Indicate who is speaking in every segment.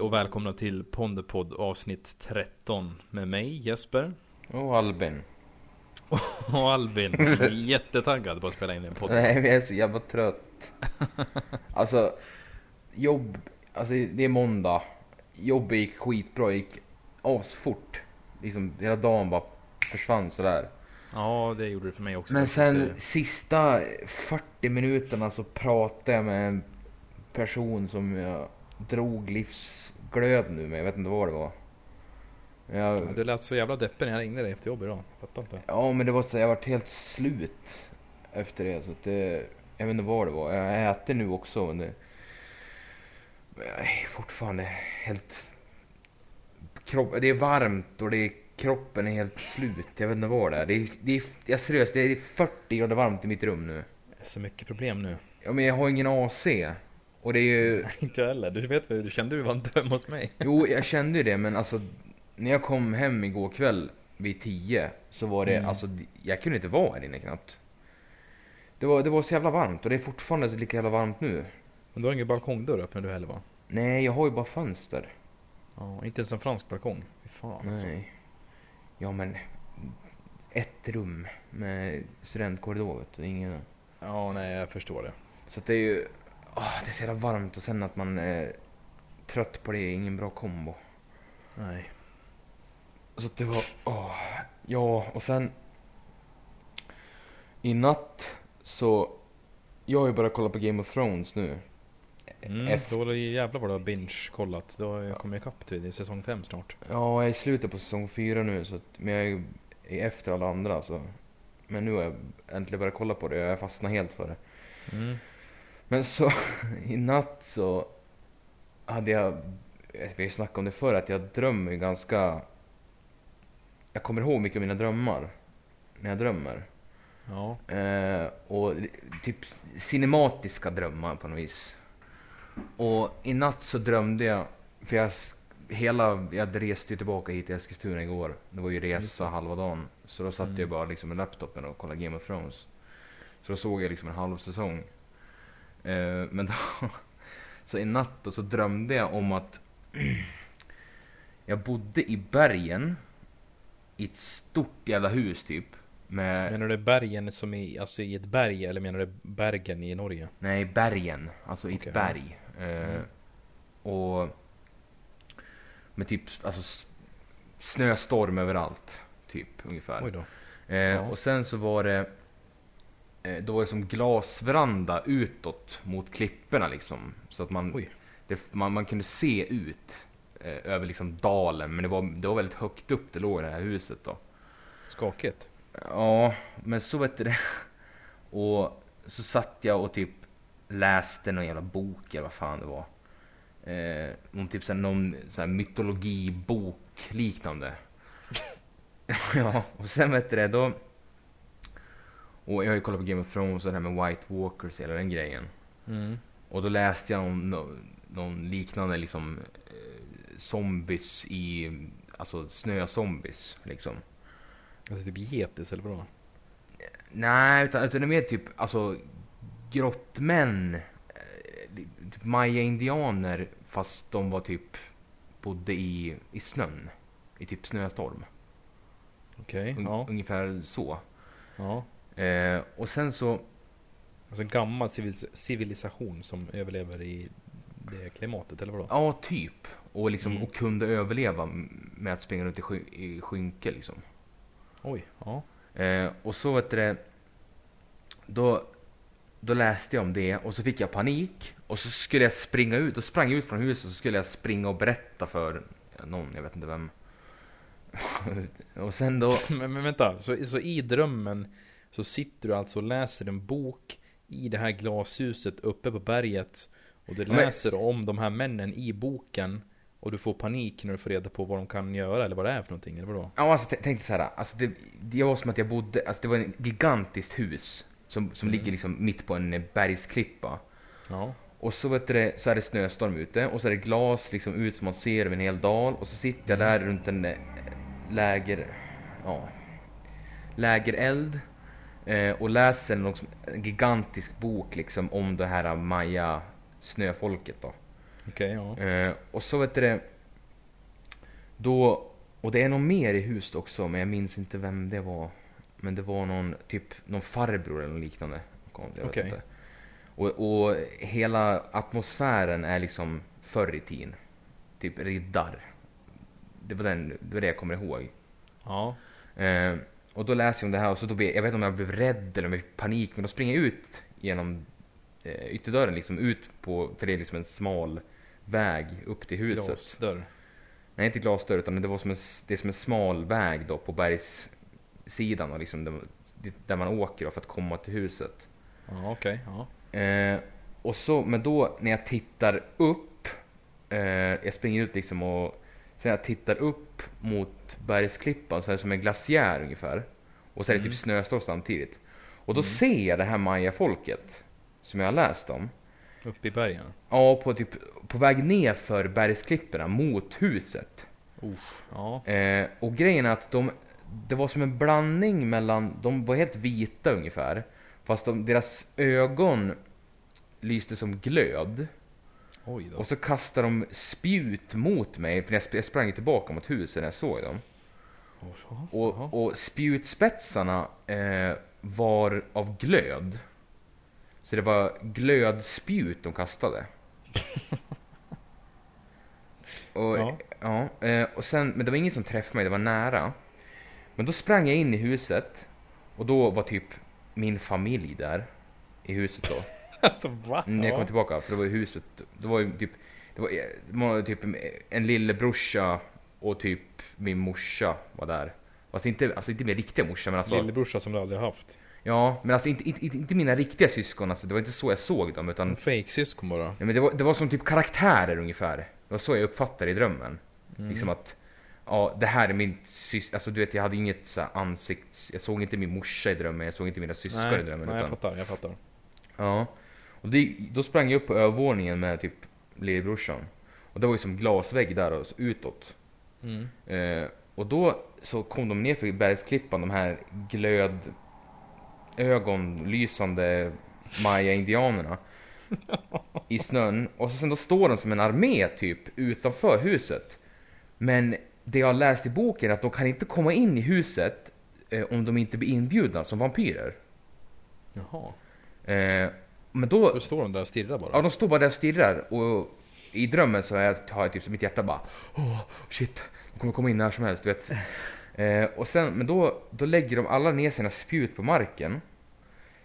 Speaker 1: och välkomna till Ponderpodd avsnitt 13 med mig Jesper
Speaker 2: Och Albin.
Speaker 1: och Albin som är jättetaggad på att spela in en podd.
Speaker 2: Nej men jag är så jävla trött. Alltså, jobb, alltså det är måndag. Jobbet gick skitbra, det gick asfort. Liksom hela dagen bara försvann sådär.
Speaker 1: Ja, det gjorde det för mig också.
Speaker 2: Men
Speaker 1: faktiskt.
Speaker 2: sen sista 40 minuterna så pratade jag med en person som jag drog livsglöd nu med. Jag vet inte vad det var. Men
Speaker 1: Det-
Speaker 2: Jag,
Speaker 1: Du lät så jävla deppig när jag ringde dig efter jobb idag. Fattar inte.
Speaker 2: ja men det var så jag vart helt slut efter det. Så att det jag vet inte vad det var. Jag äter nu också. Men, det, men jag är fortfarande helt... Kropp, det är varmt och det är, kroppen är helt slut. Jag vet inte vad det är. Det är, det är jag seriöst, det är 40 grader varmt i mitt rum nu.
Speaker 1: Det är Så mycket problem nu.
Speaker 2: Ja men jag har ingen AC. Och det är ju...
Speaker 1: Inte jag heller. Du vet väl, du kände vi var inte hemma hos mig.
Speaker 2: Jo jag kände ju det men alltså. När jag kom hem igår kväll vid 10 så var det
Speaker 1: Mm.
Speaker 2: alltså. Jag kunde inte vara här inne knappt. Det var, det var så jävla varmt och det är fortfarande så lika jävla varmt nu.
Speaker 1: Men du har ingen balkongdörr öppen du heller va?
Speaker 2: Nej jag har ju bara fönster.
Speaker 1: Ja, inte ens en fransk balkong. Fy fan alltså.
Speaker 2: Nej. Ja men. Ett rum med studentkorridor vet du. Ingen...
Speaker 1: Ja, nej jag förstår det.
Speaker 2: Så att det är ju. ah, det är så jävla varmt och sen att man är trött på det är ingen bra kombo.
Speaker 1: Nej.
Speaker 2: Så att det var, åh, ja och sen i natt så, jag har ju börjat kolla på Game of Thrones nu.
Speaker 1: Mm,
Speaker 2: F-
Speaker 1: Då var det jävlar vad du har binge-kollat. Då har jag kommit ikapp till det. det är säsong 5 snart.
Speaker 2: Ja, jag är i slutet på säsong fyra nu så att, men jag är ju är efter alla andra så. Men nu har jag äntligen börjat kolla på det, jag fastnar helt för det.
Speaker 1: Mm.
Speaker 2: Men så i natt så hade jag, vi har ju snackat om det förr, att jag drömmer ju ganska, jag kommer ihåg mycket av mina drömmar. När jag drömmer.
Speaker 1: Ja.
Speaker 2: Eh, och typ cinematiska drömmar på något vis. Och i natt så drömde jag, för jag, s- hela, jag reste ju tillbaka hit till Eskilstuna igår. Det var ju
Speaker 1: Just
Speaker 2: resa halva dagen. Så då satt
Speaker 1: Mm.
Speaker 2: jag bara liksom med laptopen och kollade Game of Thrones. Så då såg jag liksom en halv säsong. Eh, men då, så i natt då så drömde jag om att jag bodde i bergen. I ett stort jävla hus typ. Med,
Speaker 1: Menar du bergen som i, alltså i ett berg eller menar du Bergen i Norge?
Speaker 2: Nej, bergen. Alltså i
Speaker 1: Okej.
Speaker 2: ett berg. Eh,
Speaker 1: Mm.
Speaker 2: Och med typ alltså, s- snöstorm överallt. Typ ungefär.
Speaker 1: Oj då.
Speaker 2: Eh,
Speaker 1: Ja.
Speaker 2: Och sen så var det eh, då var det som glasveranda utåt mot klipporna liksom. Så att man,
Speaker 1: Oj.
Speaker 2: det, man, man kunde se ut eh, över liksom dalen. Men det var, det var väldigt högt upp det låg det här huset då.
Speaker 1: Skakigt.
Speaker 2: Ja, men så vet du det. Och så satt jag och typ läste någon jävla bok eller vad fan det var. Eh, om typ såhär, någon så här mytologibok liknande. ja, och sen vet du det då. Och jag har ju kollat på Game of Thrones och det här med White Walkers hela den grejen.
Speaker 1: Mm.
Speaker 2: Och då läste jag om någon, någon liknande liksom eh, zombies i, alltså snözombies liksom.
Speaker 1: Alltså typ getis eller vadå?
Speaker 2: Nej, utan, utan det är mer typ alltså grottmän. eh, li- Typ Maya-indianer fast de var typ bodde i, i snön. I typ snöstorm.
Speaker 1: Okej. Mm.
Speaker 2: Un,
Speaker 1: Ja.
Speaker 2: Ungefär så.
Speaker 1: ja.
Speaker 2: Eh, och sen så,
Speaker 1: Alltså en gammal civil, civilisation som överlever i det klimatet eller vadå?
Speaker 2: ja typ. Och, liksom,
Speaker 1: Mm.
Speaker 2: och kunde överleva m- med att springa runt i, sky, i skynke liksom.
Speaker 1: Oj. Ja.
Speaker 2: Eh, och så vet du det, då, då läste jag om det och så fick jag panik. Och så skulle jag springa ut, och sprang jag ut från huset och så skulle jag springa och berätta för någon, jag vet inte vem. och sen då,
Speaker 1: Men, men vänta. Så, så i drömmen så sitter du alltså och läser en bok i det här glashuset uppe på berget. Och du
Speaker 2: Men-
Speaker 1: läser om de här männen i boken. Och du får panik när du får reda på vad de kan göra eller vad det är för någonting eller vadå?
Speaker 2: ja alltså t- tänkte så här, alltså det, det var som att jag bodde, alltså det var ett gigantiskt hus. Som, som ligger liksom mitt på en eh, bergsklippa.
Speaker 1: Ja.
Speaker 2: Och så, vet du, det, så är det snöstorm ute och så är det glas liksom ut som man ser över en hel dal och så sitter jag där runt en eh, läger... Ja, lägereld eh, och läser en, liksom, en gigantisk bok liksom om det här maya snöfolket då.
Speaker 1: Okej, ja.
Speaker 2: Eh, och så vet du det, då, och det är någon mer i huset också, men jag minns inte vem det var. Men det var någon, typ någon farbror eller något liknande. Kom, jag vet
Speaker 1: Okej.
Speaker 2: inte. Och, och hela atmosfären är liksom förr i tiden. Typ riddar. Det var, den, det var det jag kommer ihåg.
Speaker 1: Ja.
Speaker 2: Eh, och då läser jag om det här och så då blev, jag vet inte om jag blev rädd eller om jag fick panik men då springer jag ut genom eh, ytterdörren liksom ut på, för det är liksom en smal väg upp till huset.
Speaker 1: Glasdörr.
Speaker 2: Nej inte glasdörr utan det var som en, s- det är som en smal väg då på bergssidan och liksom där, dit- där man åker då för att komma till huset.
Speaker 1: Ja, okej. Ja.
Speaker 2: Eh, och så, men då när jag tittar upp, eh, jag springer ut liksom och sen jag tittar upp mot bergsklippan så är det som en glaciär ungefär. Och så är det typ snöstorm samtidigt. Och då ser jag det här mayafolket som jag har läst om.
Speaker 1: Uppe i bergen.
Speaker 2: Ja, på, typ, på väg ner för bergsklipporna mot huset.
Speaker 1: Uff. Ja.
Speaker 2: Eh, och grejen är att de, det var som en blandning mellan, de var helt vita ungefär. Fast de, deras ögon lyste som glöd.
Speaker 1: Oj då.
Speaker 2: Och så kastade de spjut mot mig, för jag, sp- jag sprang ju tillbaka mot huset när jag såg dem.
Speaker 1: Jaha. Jaha.
Speaker 2: Och, och spjutspetsarna eh, var av glöd. Så det var glödspjut de kastade. och,
Speaker 1: Ja.
Speaker 2: ja. eh, och sen, men det var ingen som träffade mig, det var nära. Men då sprang jag in i huset och då var typ min familj där i huset då.
Speaker 1: Alltså va?
Speaker 2: När jag kom
Speaker 1: Ja.
Speaker 2: tillbaka, för det var ju huset. Det var ju typ, det var, det var typ en lillebrorsa och typ min morsa var där. Alltså inte, alltså inte min riktiga morsa men alltså.
Speaker 1: Lillebrorsa som du aldrig har haft.
Speaker 2: Ja, men alltså inte, inte, inte mina riktiga syskon alltså. Det var inte så jag såg dem utan.
Speaker 1: En fejksyskon bara.
Speaker 2: Nej, men det, var, det var som typ karaktärer ungefär. Det var så jag uppfattade det i drömmen.
Speaker 1: Mm.
Speaker 2: Liksom att, ja det här är min syster. Alltså du vet jag hade inget så här, ansikts... Jag såg inte min morsa i drömmen, jag såg inte mina syskon i
Speaker 1: Nej,
Speaker 2: drömmen.
Speaker 1: nej jag
Speaker 2: utan,
Speaker 1: fattar, jag fattar.
Speaker 2: Ja. Och det, då sprang jag upp på övervåningen med typ lillebrorsan. Och det var ju som glasvägg där och så utåt.
Speaker 1: Mm.
Speaker 2: Eh, och då så kom de ner för bergsklippan, de här glöd ögonlysande maya-indianerna i snön. Och så sen då står de som en armé typ utanför huset. Men det jag har läst i boken är att de kan inte komma in i huset eh, om de inte blir inbjudna som vampyrer.
Speaker 1: Jaha.
Speaker 2: Eh, men då...
Speaker 1: Då står de där och stirrar bara.
Speaker 2: Ja, de står bara där och stirrar och i drömmen så har jag, har jag typ så mitt hjärta bara Åh, shit, de kommer komma in när som helst, du vet. Eh, och sen, men då, då lägger de alla ner sina spjut på marken.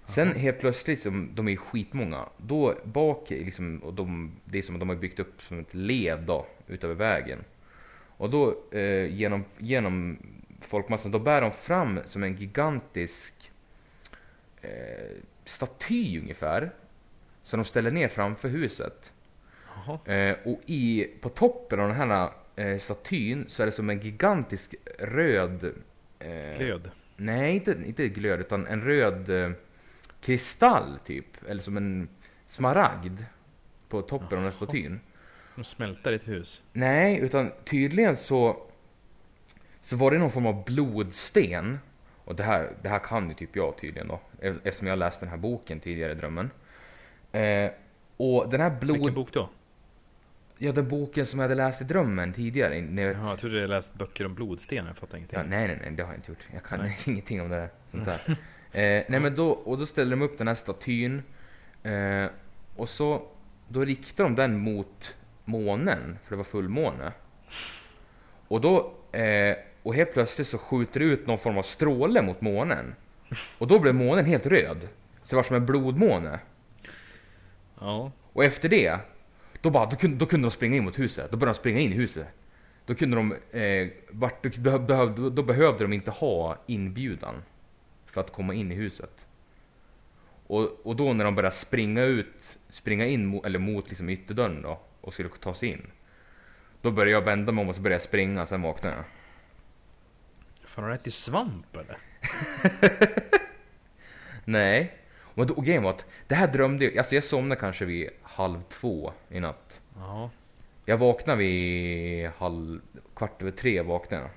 Speaker 2: Sen helt plötsligt, som de är skitmånga, då bak i liksom, och de, det är som att de har byggt upp som ett led då, utöver vägen. Och då eh, genom, genom folkmassan, då bär de fram som en gigantisk eh, staty ungefär. Som de ställer ner framför huset.
Speaker 1: Jaha.
Speaker 2: Eh, och i, på toppen av den här eh, statyn så är det som en gigantisk röd... eh,
Speaker 1: Glöd.
Speaker 2: Nej, inte, inte glöd utan en röd eh, kristall typ. Eller som en smaragd. På toppen av den här statyn.
Speaker 1: De smälter i ett hus.
Speaker 2: Nej, utan tydligen så, så var det någon form av blodsten. Och det här, det här kan ju typ jag tydligen då. e- Eftersom jag läst den här boken tidigare, Drömmen. Eh, och den här blod...
Speaker 1: Vilken bok då?
Speaker 2: Ja, den boken som jag hade läst i Drömmen tidigare. in- När jag,
Speaker 1: Jaha, jag trodde jag läst böcker om blodstenar. Jag fattar ingenting.
Speaker 2: ja, nej, nej, nej, det har jag inte gjort. Jag kan
Speaker 1: Nej.
Speaker 2: ingenting om det där. Sånt där. eh, nej, men då, och då ställer de upp den här statyn. Eh, och så, då riktar de den mot månen, för det var fullmåne. Och då, eh, och helt plötsligt så skjuter det ut någon form av stråle mot månen. Och då blev månen helt röd. Så det var som en blodmåne.
Speaker 1: Ja.
Speaker 2: Och efter det, då, bara, då, kunde, då kunde de springa in mot huset. Då började de springa in i huset. Då kunde de, eh, vart, då, behöv- behövde, då behövde de inte ha inbjudan för att komma in i huset. Och, och då när de började springa ut, springa in mot, eller mot liksom ytterdörren då och skulle ta sig in. Då började jag vända mig om och så började jag springa, sen vaknade jag.
Speaker 1: Fan har du ätit svamp eller?
Speaker 2: Nej. Och, då, och grejen var att det här drömde jag, alltså jag somnade kanske vid halv två i natt.
Speaker 1: Ja.
Speaker 2: Jag vaknade vid halv, kvart över tre vaknade jag.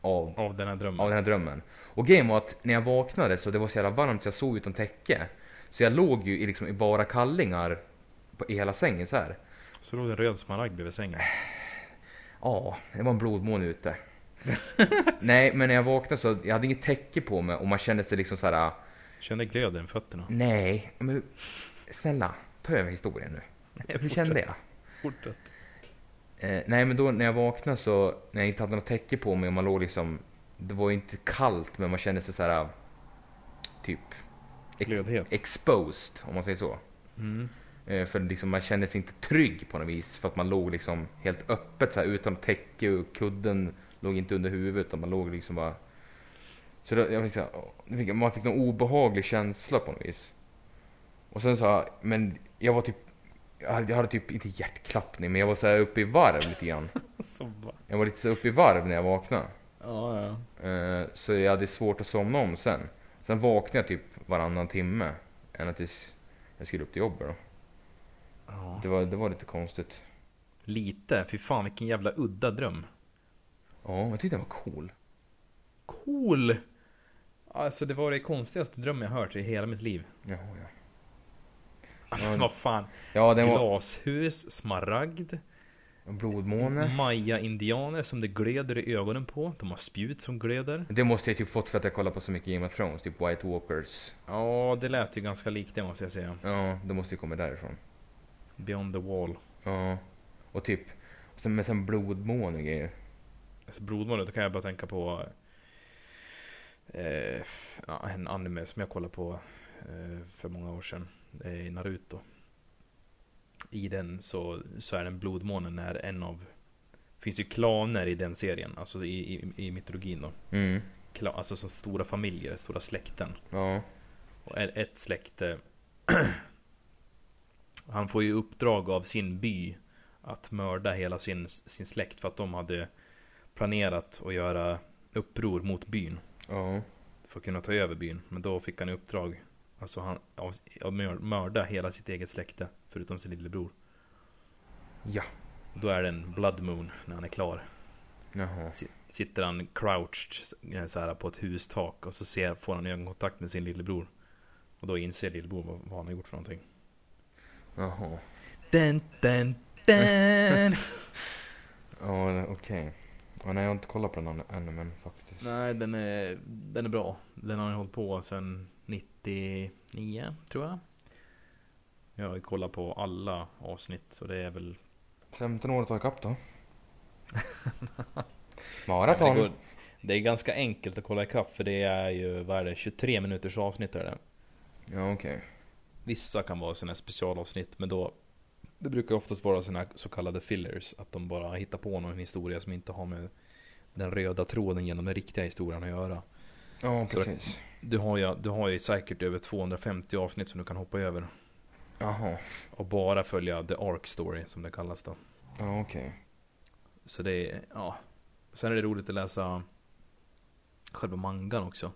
Speaker 2: Av,
Speaker 1: Av den här drömmen.
Speaker 2: av den här drömmen. Och grejen var att när jag vaknade så det var så jävla varmt så jag sov utan täcke. Så jag låg ju i, liksom, i bara kallingar på, i hela sängen så här.
Speaker 1: Så låg det en röd smaragd över sängen.
Speaker 2: Ja, det var en blodmåne ute. nej, men när jag vaknade så jag hade inget täcke på mig och man kände sig liksom så här.
Speaker 1: Kände glöden i
Speaker 2: Mm.
Speaker 1: fötterna.
Speaker 2: Nej, men snälla, ta över historien nu. Hur kände jag?
Speaker 1: Fortsätt.
Speaker 2: Eh, nej, men då när jag vaknade så, när jag inte hade något täcke på mig och man låg liksom, det var ju inte kallt men man kände sig så här typ ex-
Speaker 1: Glödhet.
Speaker 2: exposed om man säger så.
Speaker 1: Mm.
Speaker 2: Eh, för liksom man kände sig inte trygg på något vis för att man låg liksom helt öppet så här, utan täcke och kudden låg inte under huvudet utan man låg liksom bara så då, jag fick så här, åh, jag fick- man fick någon obehaglig känsla på något vis. Och sen så, här, men jag var typ, jag hade, jag hade typ inte hjärtklappning men jag var så här uppe i varv lite grann.
Speaker 1: Som Alltså, va?
Speaker 2: Jag var lite så uppe i varv när jag vaknade.
Speaker 1: Ja, ja.
Speaker 2: Eh, Så jag hade svårt att somna om sen. Sen vaknade jag typ varannan timme. Ända tills jag skulle upp till jobbet då.
Speaker 1: ja.
Speaker 2: Det var, det var lite konstigt.
Speaker 1: Lite. Fy fan vilken jävla udda dröm.
Speaker 2: Ja, jag tyckte den var cool.
Speaker 1: Cool! Alltså det var det konstigaste dröm jag hört i hela mitt liv. Alltså,
Speaker 2: Ja, ja. Ja.
Speaker 1: Vad fan.
Speaker 2: ja den var
Speaker 1: Glashus, smaragd,
Speaker 2: blodmåne.
Speaker 1: maya-indianer som det glöder i ögonen på. De har spjut som glöder.
Speaker 2: Det måste jag typ fått för att jag kollar på så mycket Game of Thrones, typ White Walkers.
Speaker 1: Ja, det lät ju ganska likt det måste jag säga.
Speaker 2: Ja, det måste ju komma därifrån.
Speaker 1: Beyond the wall.
Speaker 2: Ja, och typ. Och sen, men sen blodmåne och grejer.
Speaker 1: Alltså, Blodmålet, då kan jag bara tänka på eh, ja, en anime som jag kollade på eh, för många år sedan. Det är Naruto. I den så, så är den blodmånen är en av... finns ju klaner i den serien, alltså i, i, i mytologin då.
Speaker 2: Mm.
Speaker 1: Kla, alltså som stora familjer, stora släkten.
Speaker 2: Ja.
Speaker 1: Och e- ett släkte... han får ju uppdrag av sin by att mörda hela sin, sin släkt för att de hade planerat att göra uppror mot byn.
Speaker 2: Ja.
Speaker 1: För att kunna ta över byn. Men då fick han i uppdrag alltså han, av, att mör- mörda hela sitt eget släkte förutom sin lillebror.
Speaker 2: Ja.
Speaker 1: Då är det en blood moon när han är klar.
Speaker 2: Jaha.
Speaker 1: Si- Sitter han crouched eh, så här, på ett hustak och så ser, får han ögonkontakt med sin lillebror. Och då inser lillebror vad, vad han har gjort för någonting.
Speaker 2: Jaha.
Speaker 1: Den, den, den.
Speaker 2: Ja, det- okej. Ja, nej, jag har inte kollat på den an- animen faktiskt.
Speaker 1: Nej, den är, den är bra. Den har jag hållit på sedan 99, tror jag. Jag har kollat på alla avsnitt, så det är väl...
Speaker 2: 15 år att ta ikapp då.
Speaker 1: Ja, men
Speaker 2: Maraton.
Speaker 1: det, går, det är ganska enkelt att kolla ikapp, för det är ju, vad är det, 23 minuters avsnitt är det.
Speaker 2: Ja, okej.
Speaker 1: Vissa kan vara sådana här specialavsnitt, men då... Det brukar oftast vara sådana här så kallade fillers, att de bara hittar på någon historia som inte har med den röda tråden genom den riktiga historien att göra.
Speaker 2: Ja,
Speaker 1: Så det-
Speaker 2: precis.
Speaker 1: Du har, ju, du har ju säkert över 250 avsnitt som du kan hoppa över.
Speaker 2: Jaha.
Speaker 1: Och bara följa The Ark Story som det kallas då.
Speaker 2: Ja, okej.
Speaker 1: Så det är, ja. Sen är det roligt att läsa själva mangan också.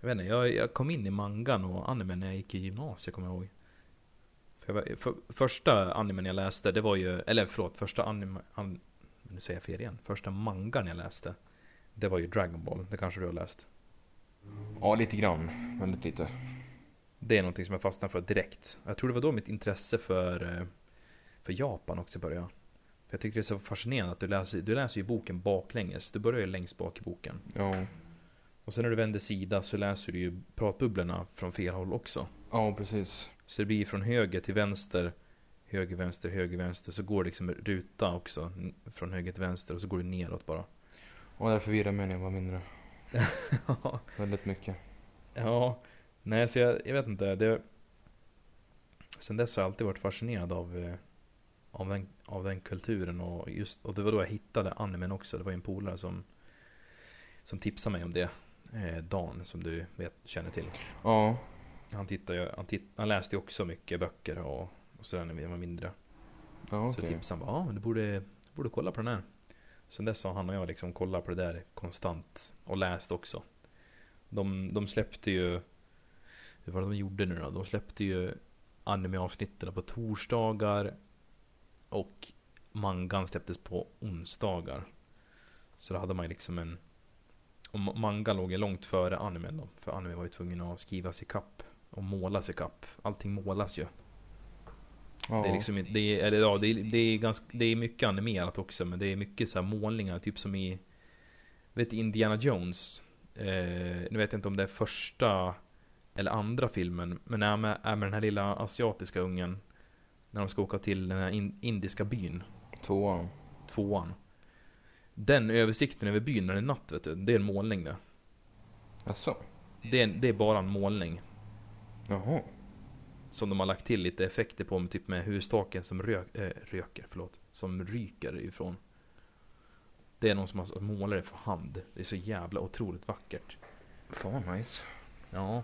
Speaker 1: Jag vet inte, jag, jag kom in i mangan och anime när jag gick i gymnasiet kommer jag ihåg. För jag, var- för, första animen jag läste, det var ju, eller förlåt, första anime, an, nu säger jag fel igen. Första mangan jag läste, det var ju Dragon Ball. Det kanske du har läst?
Speaker 2: Ja, lite grann. Väldigt lite.
Speaker 1: Det är någonting som jag fastnade för direkt. Jag tror det var då mitt intresse för, eh, för Japan också började. För jag tyckte det är så fascinerande att du läser, du läser ju boken baklänges. Du börjar ju längst bak i boken.
Speaker 2: Ja.
Speaker 1: Och sen när du vänder sida så läser du ju pratbubblorna från fel håll också.
Speaker 2: Ja, precis.
Speaker 1: Så det blir från höger till vänster, höger, vänster, höger, vänster. Så går det liksom ruta också n- från höger till vänster och så går du neråt bara.
Speaker 2: Och därför förvirrade mig när jag var mindre. Väldigt mycket.
Speaker 1: Ja, nej så jag, jag vet inte. Det... Sen dess har jag alltid varit fascinerad av, eh, av, den, av den kulturen och just, och det var då jag hittade animen också. Det var ju en polare som, som tipsade mig om det. Eh, Dan som du vet, känner till.
Speaker 2: Ja.
Speaker 1: Han, tittade, ju- han, titt, han läste ju också mycket böcker och, och sådär när vi var mindre.
Speaker 2: Ja,
Speaker 1: Så typ,
Speaker 2: okej.
Speaker 1: tipsade han bara, ja men du borde, du borde kolla på den här. Sen dess har han och jag liksom kollat på det där konstant och läst också. De, de släppte ju, vad var det de gjorde nu då? De släppte ju anime-avsnitten på torsdagar och mangan släpptes på onsdagar. Så då hade man ju liksom en, och ma- manga låg ju långt före animen då, för anime var ju tvungen att skrivas i kapp och målas i kapp. Allting målas ju. Det är liksom inte- det är, eller ja, det är, det är ganska, det är mycket animerat också men det är mycket så här målningar, typ som i Vet Indiana Jones eh, Nu vet jag inte om det är första Eller andra filmen men när med, är med den här lilla asiatiska ungen När de ska åka till den här in, indiska byn
Speaker 2: Tvåan.
Speaker 1: Tvåan Den översikten över byn när det är natt vet du, det är en målning det
Speaker 2: Jaså?
Speaker 1: Det är, det är bara en målning
Speaker 2: Jaha.
Speaker 1: Som de har lagt till lite effekter på, med typ med hustaken som rök, eh, röker, förlåt. Som ryker ifrån. Det är någon som har målat det för hand. Det är så jävla otroligt vackert.
Speaker 2: Fan vad nice.
Speaker 1: Ja.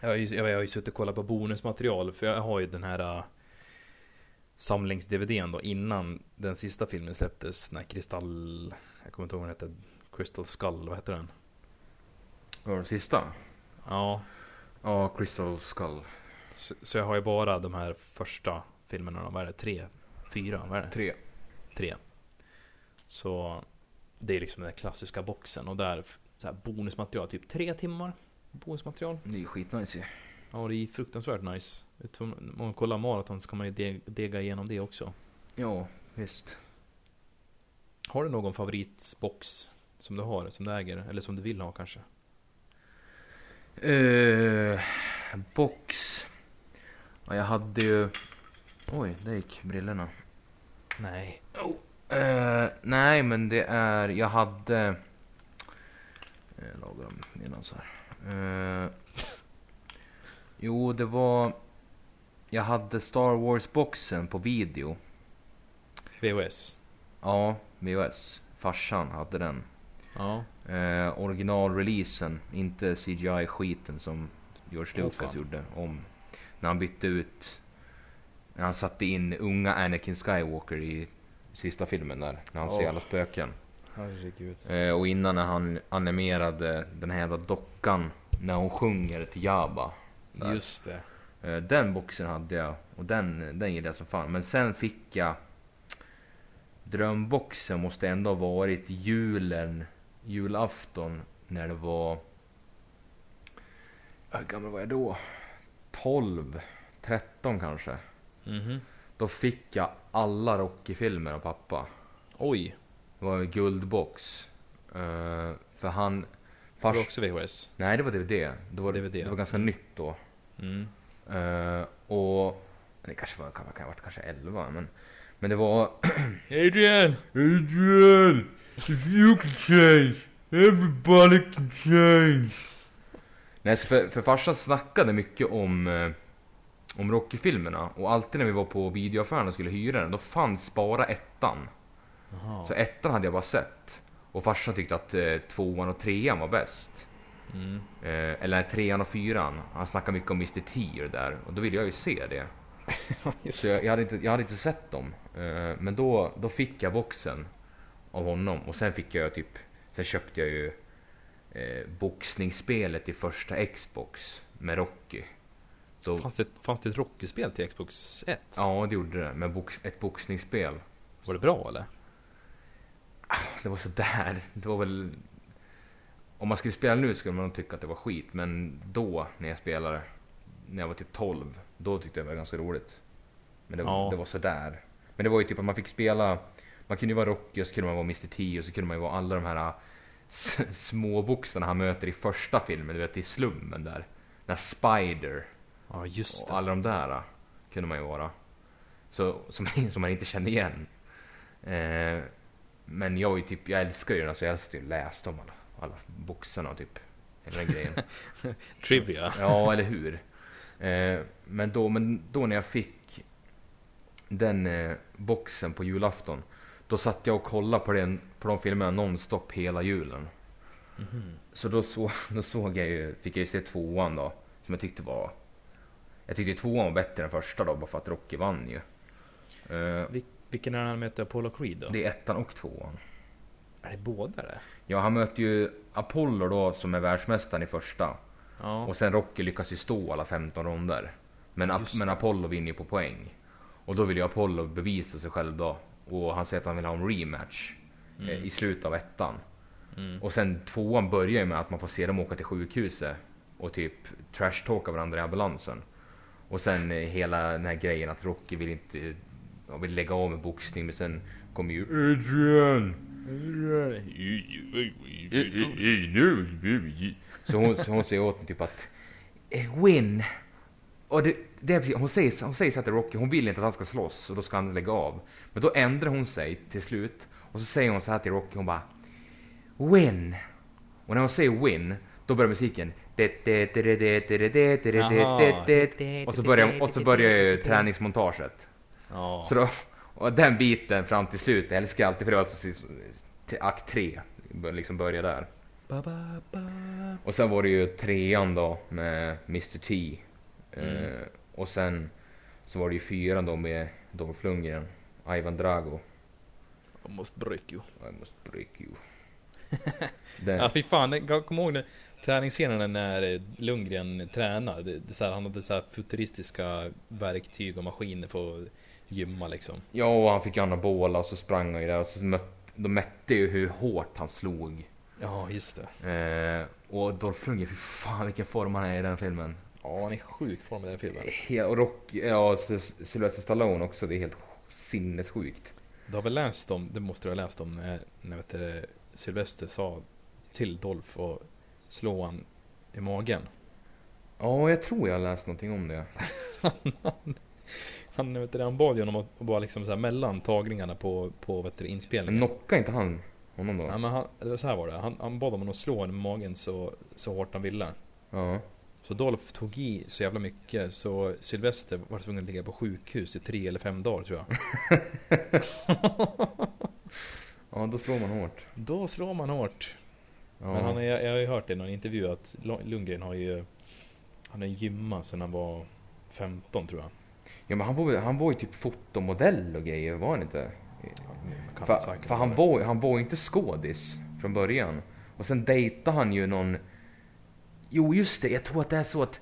Speaker 1: Jag har ju, jag, har ju suttit och kollat på bonusmaterial, för jag har ju den här äh, samlings-DVDn då innan den sista filmen släpptes. Den här kristall... Jag kommer inte ihåg vad den hette. Crystal Skull, vad hette den?
Speaker 2: Vad var det sista?
Speaker 1: Ja.
Speaker 2: Ja, Crystal Skull.
Speaker 1: Så, så jag har ju bara de här första filmerna då. Vad är det? Tre? Fyra? Vad är det?
Speaker 2: Tre.
Speaker 1: tre. Så det är liksom den där klassiska boxen och där så här bonusmaterial, typ tre timmar bonusmaterial.
Speaker 2: Det är skitnice ju.
Speaker 1: Ja, det är fruktansvärt nice. Utom- Om man kollar maraton så kan man ju de- dega igenom det också.
Speaker 2: Ja, visst.
Speaker 1: Har du någon favoritbox som du har, som du äger eller som du vill ha kanske?
Speaker 2: Eh, box. Ja, jag hade ju... Oj, där gick brillorna.
Speaker 1: Nej.
Speaker 2: Eh, nej, men det är... Jag hade... Jag lagar dem innan så här. Eh, jo, det var... Jag hade Star Wars-boxen på video.
Speaker 1: VHS?
Speaker 2: Ja, VHS. Farsan hade den.
Speaker 1: Ja.
Speaker 2: Eh, originalreleasen, inte CGI-skiten som George
Speaker 1: Åh,
Speaker 2: Lucas
Speaker 1: fan.
Speaker 2: gjorde om. När han bytte ut, när han satte in unga Anakin Skywalker i sista filmen där. När han ser
Speaker 1: Åh.
Speaker 2: alla spöken.
Speaker 1: Herregud.
Speaker 2: Eh, och innan när han animerade den här jävla dockan när hon sjunger till Jabba. Där.
Speaker 1: Just det.
Speaker 2: Eh, Den boxen hade jag och den, den gillade jag som fan. Men sen fick jag Drömboxen måste ändå ha varit julen, julafton när det var... Hur gammal var jag då? 12, 13 kanske.
Speaker 1: Mhm.
Speaker 2: Då fick jag alla Rocky-filmer av pappa.
Speaker 1: Oj.
Speaker 2: Det var en guldbox. Eh, för han...
Speaker 1: Har du
Speaker 2: Fars...
Speaker 1: också VHS?
Speaker 2: Nej det var DVD. Det var,
Speaker 1: DVD,
Speaker 2: det
Speaker 1: ja.
Speaker 2: var ganska nytt då.
Speaker 1: Mm.
Speaker 2: Eh, och det kanske var, kan, kan ha varit kanske 11 men. Men det var
Speaker 1: Adrian!
Speaker 2: Adrian! If you can change, everybody can change. Nej, så för, för farsan snackade mycket om, eh, om Rocky-filmerna och alltid när vi var på videoaffären och skulle hyra den då fanns bara ettan.
Speaker 1: Jaha.
Speaker 2: Så ettan hade jag bara sett. Och farsan tyckte att eh, tvåan och trean var bäst.
Speaker 1: Mm.
Speaker 2: Eh, eller trean och fyran. Han snackade mycket om Mr. T och det där och då ville jag ju se det. Så jag, jag, hade inte, jag hade inte sett dem. Eh, men då, då fick jag boxen av honom och sen fick jag typ, sen köpte jag ju eh, boxningsspelet i första Xbox med Rocky. Då,
Speaker 1: Fanns det, fanns det ett Rocky-spel till Xbox 1?
Speaker 2: ja det gjorde det, med box, ett boxningsspel.
Speaker 1: Var det bra eller?
Speaker 2: Det var sådär, det var väl... Om man skulle spela nu skulle man nog tycka att det var skit men då när jag spelade, när jag var typ 12, då tyckte jag det var ganska roligt. Men det, var-
Speaker 1: Ja.
Speaker 2: det var sådär. Men det var ju typ att man fick spela, man kunde ju vara Rocky och så kunde man vara Mr T och så kunde man ju vara alla de här äh, s- småboxarna han möter i första filmen, du vet i slummen där. När Spider
Speaker 1: Ja just det.
Speaker 2: och alla de där eh, kunde man ju vara. Så, som, som man inte kände igen. Eh, men jag, är ju typ, jag älskar ju den, så jag har typ läst om alla, alla boxarna och typ hela den grejen.
Speaker 1: Trivia.
Speaker 2: ja, eller hur? Eh, men, då, men då när jag fick den eh, boxen på julafton, då satt jag och kollade på, den, på de filmerna nonstop hela julen. Så då, så, då såg jag ju, fick jag ju se tvåan då, som jag tyckte var... Jag tyckte tvåan var bättre än första då, bara för att Rocky vann ju. Eh,
Speaker 1: Vil- vilken är det han möter Apollo Creed då?
Speaker 2: det är ettan och tvåan.
Speaker 1: Är det båda det?
Speaker 2: Ja, han möter ju Apollo då, som är världsmästaren i första.
Speaker 1: Ja.
Speaker 2: Och sen Rocky lyckas ju stå alla 15 ronder. Men, Ap-
Speaker 1: Just
Speaker 2: men Apollo vinner ju på poäng. Och då vill ju Apollo bevisa sig själv då. Och han säger att han vill ha en rematch. Eh, I slutet av ettan.
Speaker 1: Mm.
Speaker 2: Och sen tvåan börjar ju med att man får se dem åka till sjukhuset. Och typ trashtalka varandra i ambulansen. Och sen eh, hela den här grejen att Rocky vill inte, eh, ja, vill lägga av med boxning men sen kommer ju Adrian! Så hon, så hon säger åt mig typ att eh, Win! Och det, det är, precis- hon, säger, så- hon säger så här till Rocky, hon vill inte att han ska slåss och då ska han lägga av. Men då ändrar hon sig till slut och så säger hon så här till Rocky, hon bara Win! Och när hon säger Win, då börjar musiken. Och så börjar, och så börjar ju träningsmontaget.
Speaker 1: Ja.
Speaker 2: Så då, och den biten fram till slut, jag älskar alltid för det var alltså till akt 3, liksom börja där.
Speaker 1: Ba, ba, ba.
Speaker 2: Och sen var det ju trean då med Mr T. Eh,
Speaker 1: Mm.
Speaker 2: och sen så var det ju fyran då med Dolph Lundgren, Ivan Drago.
Speaker 1: Almost break you.
Speaker 2: I must break you. Den,
Speaker 1: Ja fy fan, det- jag kommer ihåg den träningsscenen när eh, Lundgren tränar. Det, det, är så här, han hade så här futuristiska verktyg och maskiner för att gymma liksom.
Speaker 2: Ja, och han fick ju anabola och så sprang han ju där och så mötte, de mätte ju hur hårt han slog.
Speaker 1: Ja just det.
Speaker 2: Eh, och Dolph Lundgren, fy fan vilken form han är i den filmen.
Speaker 1: Ja han är sjuk form i den filmen.
Speaker 2: Ja, och Rock, ja, och Sy- Sylvester Stallone också, det är helt sinnessjukt.
Speaker 1: Du har väl läst om, det måste du ha läst om när, när vet du, det, Sylvester sa till Dolph och slå han i magen.
Speaker 2: Ja, jag tror jag har läst någonting om det.
Speaker 1: Han, vet du, det, han bad ju honom att att vara liksom så här mellan tagningarna på, på vet du,
Speaker 2: Men
Speaker 1: inspelningen.
Speaker 2: knockade inte han honom
Speaker 1: Ja,
Speaker 2: då?
Speaker 1: men han, det var så här var det. Han, han bad honom att slå honom i magen så, så hårt han ville.
Speaker 2: Ja.
Speaker 1: Så Dolph tog i så jävla mycket så Sylvester var tvungen att ligga på sjukhus i tre eller fem dagar tror jag.
Speaker 2: Ja, då slår man hårt.
Speaker 1: Då slår man hårt.
Speaker 2: Ja.
Speaker 1: Men han är, jag har ju hört det i någon intervju att Lo- Lundgren har ju Han har gymmat sedan han var 15 tror jag.
Speaker 2: ja, men han var, han var ju typ fotomodell och grejer, var han inte?
Speaker 1: Jag kan
Speaker 2: För,
Speaker 1: säkert
Speaker 2: för han,
Speaker 1: vara-
Speaker 2: var, han var ju inte skådis från början. Och sen dejtade han ju någon... Jo, just det. Jag tror att det är så att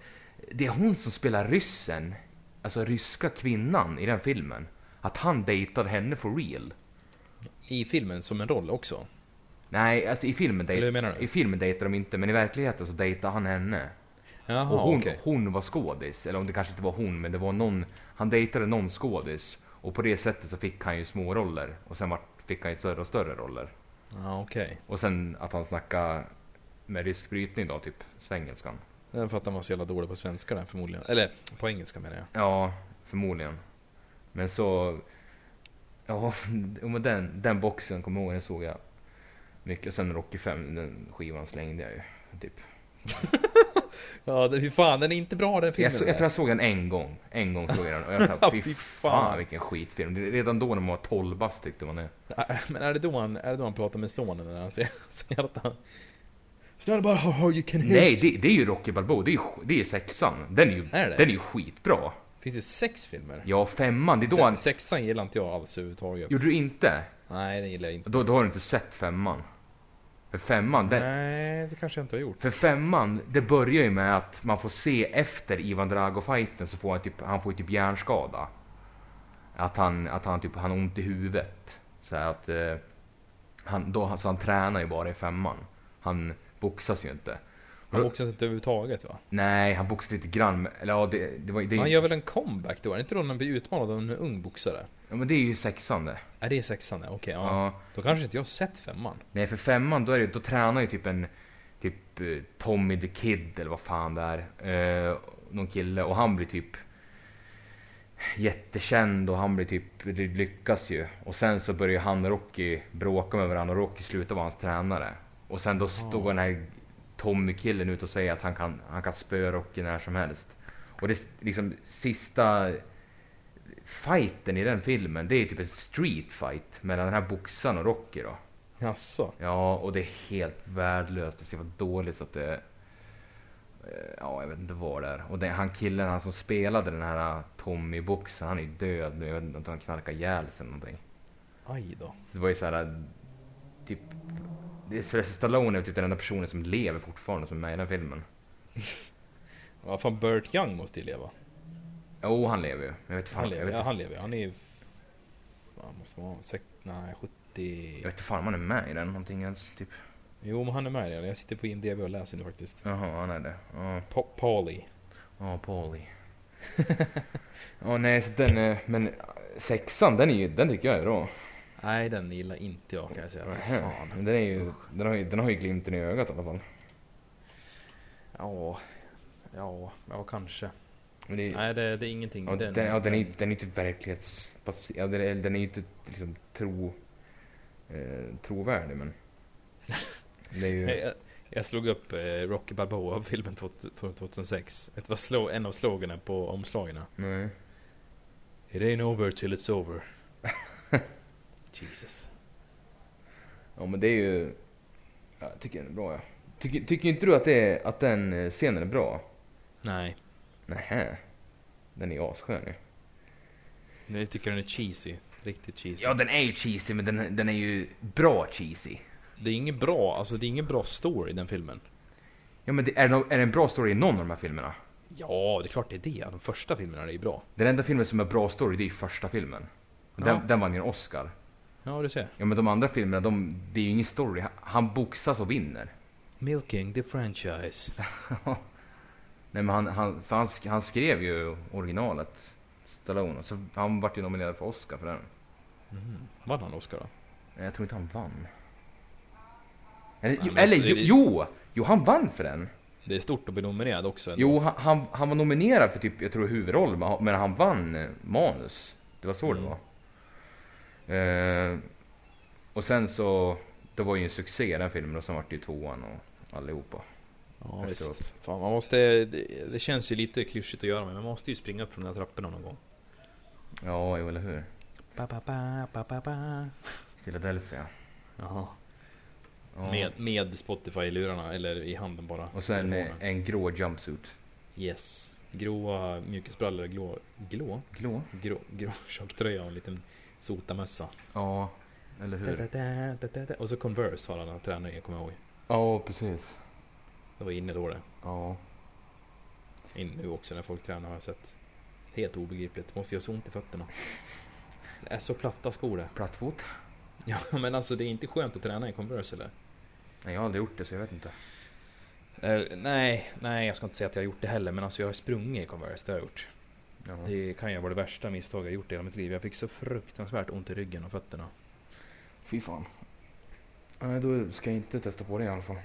Speaker 2: det är hon som spelar ryssen. Alltså ryska kvinnan i den filmen. Att han dejtade henne for real.
Speaker 1: I filmen som en roll också.
Speaker 2: Nej, alltså i filmen,
Speaker 1: Eller hur
Speaker 2: dej-
Speaker 1: menar du?
Speaker 2: i filmen dejtade de inte, men i verkligheten så dejtade han henne.
Speaker 1: Jaha
Speaker 2: och hon,
Speaker 1: okej.
Speaker 2: hon var skådis, eller om det kanske inte var hon, men det var någon, han dejtade någon skådis. Och på det sättet så fick han ju små roller och sen vart- fick han ju större och större roller.
Speaker 1: Ja okej.
Speaker 2: Och sen att han snackade med rysk brytning då, typ svengelskan.
Speaker 1: Det är för att han var så jävla dålig på svenska där förmodligen. Eller på engelska menar jag.
Speaker 2: Ja, förmodligen. Men så, ja, jo, men den, den boxen kommer jag ihåg, den såg jag mycket. Och sen Rocky 5, den skivan slängde jag ju. Typ.
Speaker 1: Ja det, fy fan den är inte bra den filmen.
Speaker 2: Jag, så, jag tror jag såg den en gång. En gång såg jag den och jag sa
Speaker 1: Ja,
Speaker 2: fy
Speaker 1: fy
Speaker 2: fan
Speaker 1: fan."
Speaker 2: vilken skitfilm. Det- Redan då när man var 12 bast tyckte man det.
Speaker 1: Men är det då han, är det då han pratar med sonen Alltså, när han säger, säger att han... It's not about how hard you can hit.
Speaker 2: Nej, det, det är ju Rocky Balboa, det är ju, sk- det är ju sexan. Den är ju,
Speaker 1: Är det?
Speaker 2: den är ju skitbra.
Speaker 1: Finns det sex filmer?
Speaker 2: Ja, femman, det är då
Speaker 1: Den
Speaker 2: han...
Speaker 1: sexan gillar inte jag alls överhuvudtaget.
Speaker 2: Gjorde du inte?
Speaker 1: Nej, den gillar jag inte.
Speaker 2: Då, då har du inte sett femman. För femman, den,
Speaker 1: Nej, det kanske jag inte har gjort.
Speaker 2: för femman, det börjar ju med att man får se efter Ivan Drago-fighten så får han typ, han får ju typ hjärnskada. Att han, att han typ, han har ont i huvudet. Så här att, eh, han, då, så han tränar ju bara i femman. Han boxas ju inte.
Speaker 1: Han boxas inte överhuvudtaget va?
Speaker 2: Nej, han boxas lite grann, men- eller ja, det, det var det,
Speaker 1: Han gör väl en comeback då? Är det inte då när han blir utmanad av en ung boxare?
Speaker 2: ja, men det är ju sexan det.
Speaker 1: Är det sexan? Okej, ja.
Speaker 2: Ja.
Speaker 1: Då kanske inte jag har sett femman.
Speaker 2: Nej, för femman då, är det, då tränar ju typ en typ eh, Tommy the Kid eller vad fan det är. Eh, någon kille och han blir typ jättekänd och han blir typ, det lyckas ju. Och sen så börjar han och Rocky bråka med varandra och Rocky slutar vara hans tränare. Och sen då stod den här Tommy-killen ut och säger att han kan, han kan spöa Rocky när som helst. Och det liksom sista fighten i den filmen, det är typ en street fight mellan den här boxaren och Rocky då.
Speaker 1: Jaså?
Speaker 2: Ja, och det är helt värdelöst. Det ser vad dåligt så att det... eh, Ja, jag vet inte vad det är. Och den, han killen han som spelade den här Tommy Boxen, han är ju död nu. Jag vet inte om han knarkar ihjäl sig eller någonting.
Speaker 1: Aj då.
Speaker 2: Så det var ju så här eh, typ... det är Sylvester Stallone är typ den enda personen som lever fortfarande som är med i den filmen.
Speaker 1: Ja, fan Burt Young måste ju leva.
Speaker 2: Jo, oh, han lever ju. Jag vet fan,
Speaker 1: Han
Speaker 2: jag
Speaker 1: lever,
Speaker 2: vet,
Speaker 1: ja,
Speaker 2: inte-
Speaker 1: han lever. Han är ju... Han måste vara sex... Nej, 70...
Speaker 2: jag vet inte fan om han är med i den någonting ens. Typ.
Speaker 1: Jo, men han är med i den. Jag sitter på IMDB och läser nu faktiskt.
Speaker 2: Jaha, han är det. Ja,
Speaker 1: Pa- Pauly.
Speaker 2: Ja, Paulie. Ja, nej, så den är, men sexan, den, är ju, den tycker jag är bra.
Speaker 1: Nej, den gillar inte jag kan jag säga. Fy
Speaker 2: Nähä.
Speaker 1: Fan.
Speaker 2: Men Den, är ju, den, har ju, den har ju glimten i ögat i alla fall.
Speaker 1: Ja, ja, ja kanske.
Speaker 2: Men det,
Speaker 1: Nej, det, det är ingenting.
Speaker 2: ja, den, ja, den, är, den är ju inte verklighetsbaserad, ja, den, är- den är ju inte liksom tro, eh, trovärdig men. Det är
Speaker 1: Jag,
Speaker 2: ju,
Speaker 1: jag- jag slog upp eh, Rocky Balboa-filmen tot- från 2006. Det var slå, en av sloganen på omslagen.
Speaker 2: nej.
Speaker 1: It ain't over till it's over. Jesus.
Speaker 2: Ja men det är ju, ja, jag tycker den är bra ja. Tycker, tycker inte du att, det är, att den eh, scenen är bra?
Speaker 1: Nej,
Speaker 2: Nähä. Den är ju asskön ju.
Speaker 1: nu tycker den är cheesy. Riktigt cheesy.
Speaker 2: Ja den är ju cheesy men den, den är ju bra cheesy.
Speaker 1: Det är ingen bra, alltså det är ingen bra story i den filmen.
Speaker 2: Ja men det, är, det, är det en bra story i någon av de här filmerna?
Speaker 1: Ja, det är klart det är det. De första filmerna är ju bra.
Speaker 2: Den enda filmen som är bra story det är ju första filmen. Den,
Speaker 1: Ja.
Speaker 2: den vann ju en Oscar.
Speaker 1: Ja, du ser.
Speaker 2: Ja men de andra filmerna, de, det är ju ingen story. Han- Han boxas och vinner.
Speaker 1: Milking the franchise.
Speaker 2: Nej men han, han, för han, sk- han skrev ju originalet. Stallone. Så han vart ju nominerad för Oscar för den.
Speaker 1: Vann han Oscar då?
Speaker 2: Nej, jag tror inte han vann. Eller,
Speaker 1: Han
Speaker 2: jo,
Speaker 1: låter-
Speaker 2: eller jo, jo! Jo, han vann för den.
Speaker 1: Det är stort att bli nominerad också. ändå.
Speaker 2: Jo, han, han, han var nominerad för typ, jag tror huvudroll, men han- men han vann eh, manus. Det var så det
Speaker 1: Mm.
Speaker 2: var. Eh, och sen så, det var ju en succé den filmen och sen vart det ju tvåan och allihopa.
Speaker 1: Ja,
Speaker 2: efteråt.
Speaker 1: visst. Fan, man måste, det, det känns ju lite klyschigt att göra men man måste ju springa upp från de där trapporna någon gång.
Speaker 2: Ja, jo eller hur.
Speaker 1: Ba, ba, ba, ba, ba, ba.
Speaker 2: Philadelphia.
Speaker 1: Jaha.
Speaker 2: Ja.
Speaker 1: Med, med Spotify i lurarna eller i handen bara.
Speaker 2: Och sen eh,
Speaker 1: Telefonen.
Speaker 2: en grå jumpsuit.
Speaker 1: Yes. Gråa mjukisbrallor, glå, glå,
Speaker 2: Grå?
Speaker 1: grå, grå tjocktröja och en liten sotamössa.
Speaker 2: Ja, eller
Speaker 1: Da, da,
Speaker 2: hur.
Speaker 1: da, da, da, da. Och så Converse har han att träna i, kommer jag ihåg.
Speaker 2: Ja, precis.
Speaker 1: Det var inne då det.
Speaker 2: Ja.
Speaker 1: In nu också när folk tränar har jag sett. Helt obegripligt. Måste göra så ont i fötterna. Det är så platta skor det.
Speaker 2: Plattfot?
Speaker 1: Ja men alltså det är inte skönt att träna i Converse eller?
Speaker 2: Nej, jag har aldrig gjort det så jag vet inte.
Speaker 1: Eh, nej, nej jag ska inte säga att jag har gjort det heller men alltså jag har sprungit i Converse, det har jag gjort.
Speaker 2: Ja.
Speaker 1: Det kan ju vara det värsta misstag jag har gjort i hela mitt liv. Jag fick så fruktansvärt ont i ryggen och fötterna.
Speaker 2: Fy fan. Nej, då ska jag inte testa på det i alla fall.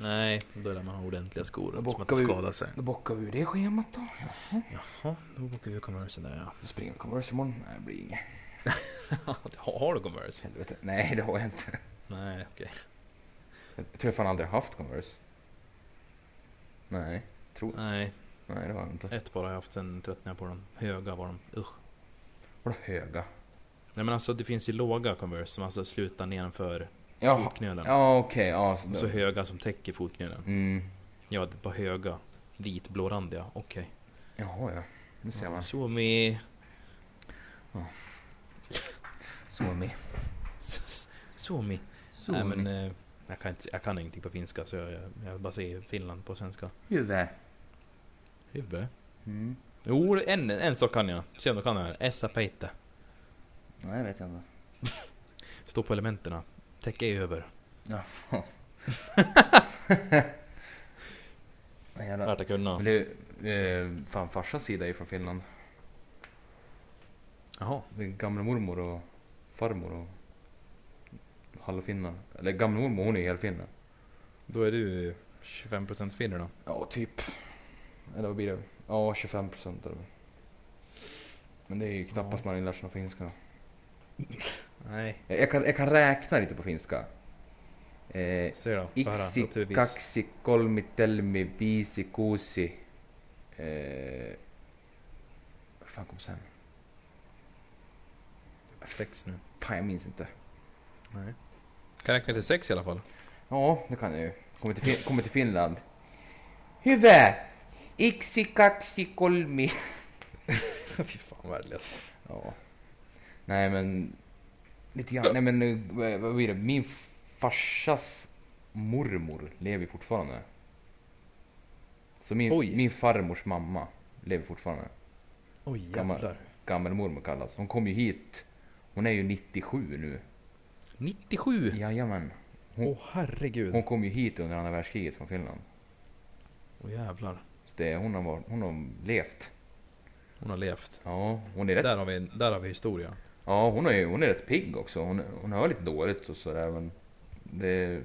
Speaker 1: Nej, då lär man ha ordentliga skor.
Speaker 2: Då
Speaker 1: Som att
Speaker 2: bockar
Speaker 1: inte
Speaker 2: vi- Mm.
Speaker 1: skada sig.
Speaker 2: Då bockar vi ur det schemat då.
Speaker 1: Jaha, då åker vi Converse där ja.
Speaker 2: Då springer vi Converse imorgon. Nej, det blir inget.
Speaker 1: har, har du Converse?
Speaker 2: Helvete. Nej, det har jag inte.
Speaker 1: Nej, okej.
Speaker 2: Jag tror jag fan aldrig haft Converse. Nej, tror
Speaker 1: Nej,
Speaker 2: Nej, det har jag inte.
Speaker 1: ett par har jag haft sen tröttnade jag på dem. Höga var de. Usch.
Speaker 2: Vadå höga?
Speaker 1: Nej men alltså det finns ju låga Converse som alltså slutar nedanför
Speaker 2: Ja,
Speaker 1: fotknölen.
Speaker 2: ja okej. Ja,
Speaker 1: Och så höga som täcker fotknölen.
Speaker 2: Mm.
Speaker 1: Jag hade ett par höga. Vitblårandiga, okej.
Speaker 2: Jaha, ja. Nu ser man.
Speaker 1: Så med...
Speaker 2: Så är med.
Speaker 1: Suomi.
Speaker 2: Så
Speaker 1: Nej
Speaker 2: är
Speaker 1: men
Speaker 2: med.
Speaker 1: eh, jag kan, inte, jag kan ingenting på finska så jag, jag bara säger Finland på svenska.
Speaker 2: Huvud.
Speaker 1: Huvud.
Speaker 2: Mm.
Speaker 1: Jo, en, en sak kan jag. Se om du kan det här. Essa peite.
Speaker 2: Nej, jag vet inte.
Speaker 1: Stå på elementen. Täcka i över.
Speaker 2: Ja. Vad jävla-
Speaker 1: Värt att kunna.
Speaker 2: Men det, eh, fan farsans sida är ju från Finland.
Speaker 1: Jaha.
Speaker 2: Det är gamla mormor och farmor och halvfinna. Eller gamla mormor hon är ju helfinne.
Speaker 1: Då är du 25% finner då.
Speaker 2: Ja, typ. Eller vad blir det? Ja, 25 procent eller vad. Men det är ju knappast man lär sig någon finska. Eh,
Speaker 1: Nej.
Speaker 2: Jag, jag, kan, jag kan räkna lite på finska. Eh,
Speaker 1: Se då. Få höra.
Speaker 2: iksi,
Speaker 1: Naturligtvis.
Speaker 2: kaksi, kolmi, telmi, viisi, kuusi. Eh, vad fan kom sen?
Speaker 1: Sex nu.
Speaker 2: Fan, jag minns inte.
Speaker 1: Nej. Kan räkna till sex i alla fall.
Speaker 2: Ja, det kan jag ju. Kommer till, fin- kommer till Finland. Hyvä! Iksi kaksi kolmi.
Speaker 1: Fy fan värdelöst.
Speaker 2: Ja. Nej men. Lite grann. Nej men eh, vad- vad blir det? Min farsas mormor lever fortfarande. Så min,
Speaker 1: Oj.
Speaker 2: min farmors mamma lever fortfarande.
Speaker 1: Oj
Speaker 2: Gammal.
Speaker 1: jävlar.
Speaker 2: Gammelmormor kallas. Hon kom ju hit. Hon är ju 97 nu.
Speaker 1: 97!
Speaker 2: Jajamän.
Speaker 1: Åh
Speaker 2: Hon-
Speaker 1: herregud.
Speaker 2: Hon kom ju hit under andra världskriget från Finland.
Speaker 1: Åh jävlar.
Speaker 2: Så det, hon, har, varit- hon har levt.
Speaker 1: Hon har levt.
Speaker 2: Ja, hon är rätt
Speaker 1: Där har vi, där har vi historia.
Speaker 2: Ja, hon är, hon är rätt pigg också. Hon, hon hör lite dåligt och sådär men det,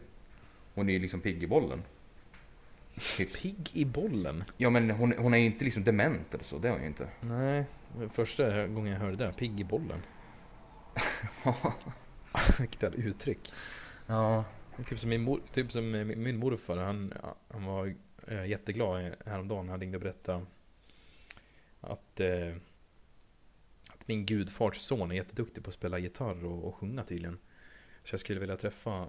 Speaker 2: hon är ju liksom pigg i bollen. Typ.
Speaker 1: Pigg i bollen.
Speaker 2: Ja men hon, hon är ju inte liksom dement eller så, det är hon ju inte.
Speaker 1: Nej, första gången jag hörde det. Pigg i bollen. Vilket jävla uttryck.
Speaker 2: ja.
Speaker 1: Typ som min, mor, typ som min, min morfar. Han, han var eh, jätteglad häromdagen. när Han ringde och berättade att, eh, att min gudfars son är jätteduktig på att spela gitarr och, och sjunga tydligen. Så jag skulle vilja träffa